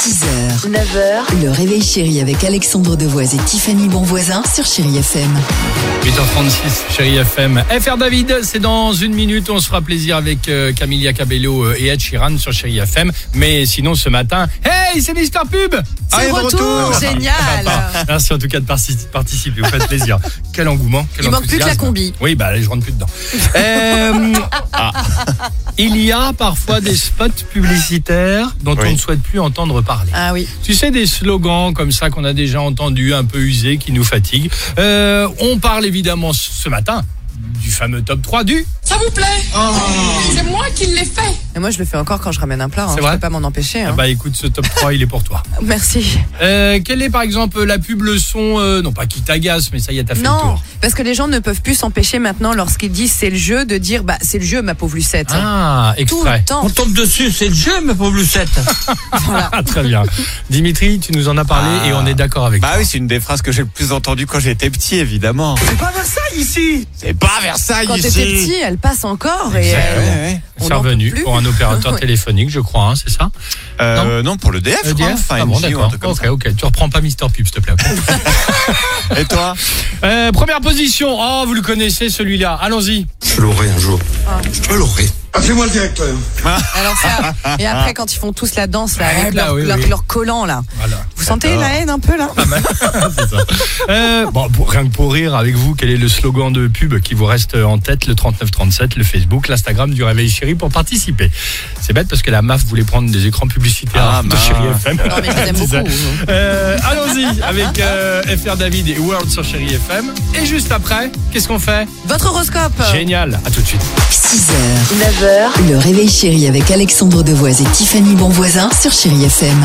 6h, 9h, le réveil chéri avec Alexandre Devoise et Tiffany Bonvoisin sur Chéri FM. 8h36, chérie FM. FR David, c'est dans une minute. On se fera plaisir avec euh, Camilla Cabello euh, et Ed Sheeran sur chérie FM. Mais sinon, ce matin, hey, c'est Mister Pub C'est Ah, et de retour, génial. Sympa. Merci en tout cas de partici- participer, vous faites plaisir. Quel engouement, quel Il manque plus que la enthousiasme. combi. Oui, bah allez, je rentre plus dedans. Euh, ah. Il y a parfois des spots publicitaires dont Oui. on ne souhaite plus entendre parler. Ah oui. Tu sais, des slogans comme ça qu'on a déjà entendus, un peu usés, qui nous fatiguent. Euh, on parle évidemment ce ce matin du fameux top 3 du... Ça vous plaît C'est moi qui l'ai fait. Et moi je le fais encore quand je ramène un plat, hein. C'est je vrai Ah peux pas m'en empêcher. hein. Bah écoute, ce top 3, il est pour toi. Merci. Euh, quelle est par exemple la pub leçon, euh, non pas qui t'agace, mais ça y est, t'as fait le Non, tour. parce que les gens ne peuvent plus s'empêcher maintenant lorsqu'ils disent c'est le jeu de dire bah c'est le jeu ma pauvre Lucette. hein. Ah, Tout le extrait. temps. tombe dessus, c'est le jeu, ma pauvre Lucette. Ah, très bien. Dimitri, tu nous en as parlé Ah. et on est d'accord avec Bah toi. oui, c'est une des phrases que j'ai le plus entendues quand j'étais petit, évidemment. C'est pas Versailles ici. C'est pas Versailles Quand t'étais ici. petit, elle passe encore et Ouais, euh, ouais, ouais. on C'est n'en peut revenu plus. pour un opérateur Ouais. téléphonique, je crois, hein, c'est ça Euh, non. pour le DF, je crois. EDF? Enfin, Ah bon, NJ ou un d'accord. truc comme Ok, ok. Tu reprends pas Mister Pub, s'il te plaît. ça. Et toi Euh, première position. Oh, vous le connaissez celui-là. Allons-y. Je l'aurai un jour. Ah, Je l'aurai. Appelez-moi le directeur. euh, Alors ça, et après quand ils font tous la danse là, avec bah leur, oui, leur- oui. Ah. leur collant là. Voilà. Vous sentez la haine un peu là Euh, bon, pour- rien que pour rire avec vous, quel est le slogan de pub qui vous reste en tête Le 3937, le Facebook, l'Instagram du Réveil Chéri pour participer. C'est bête parce que la MAF voulait prendre des écrans publicitaires Ah, de mince. Chéri FM. Non mais je les aime C'est ça. beaucoup. Euh, Allons-y avec euh, FR David et World sur Chéri FM. Et juste après, qu'est-ce qu'on fait Votre horoscope Génial. À tout de suite. 6h, 9h, le réveil chéri avec Alexandre Devoise et Tiffany Bonvoisin sur Chéri FM.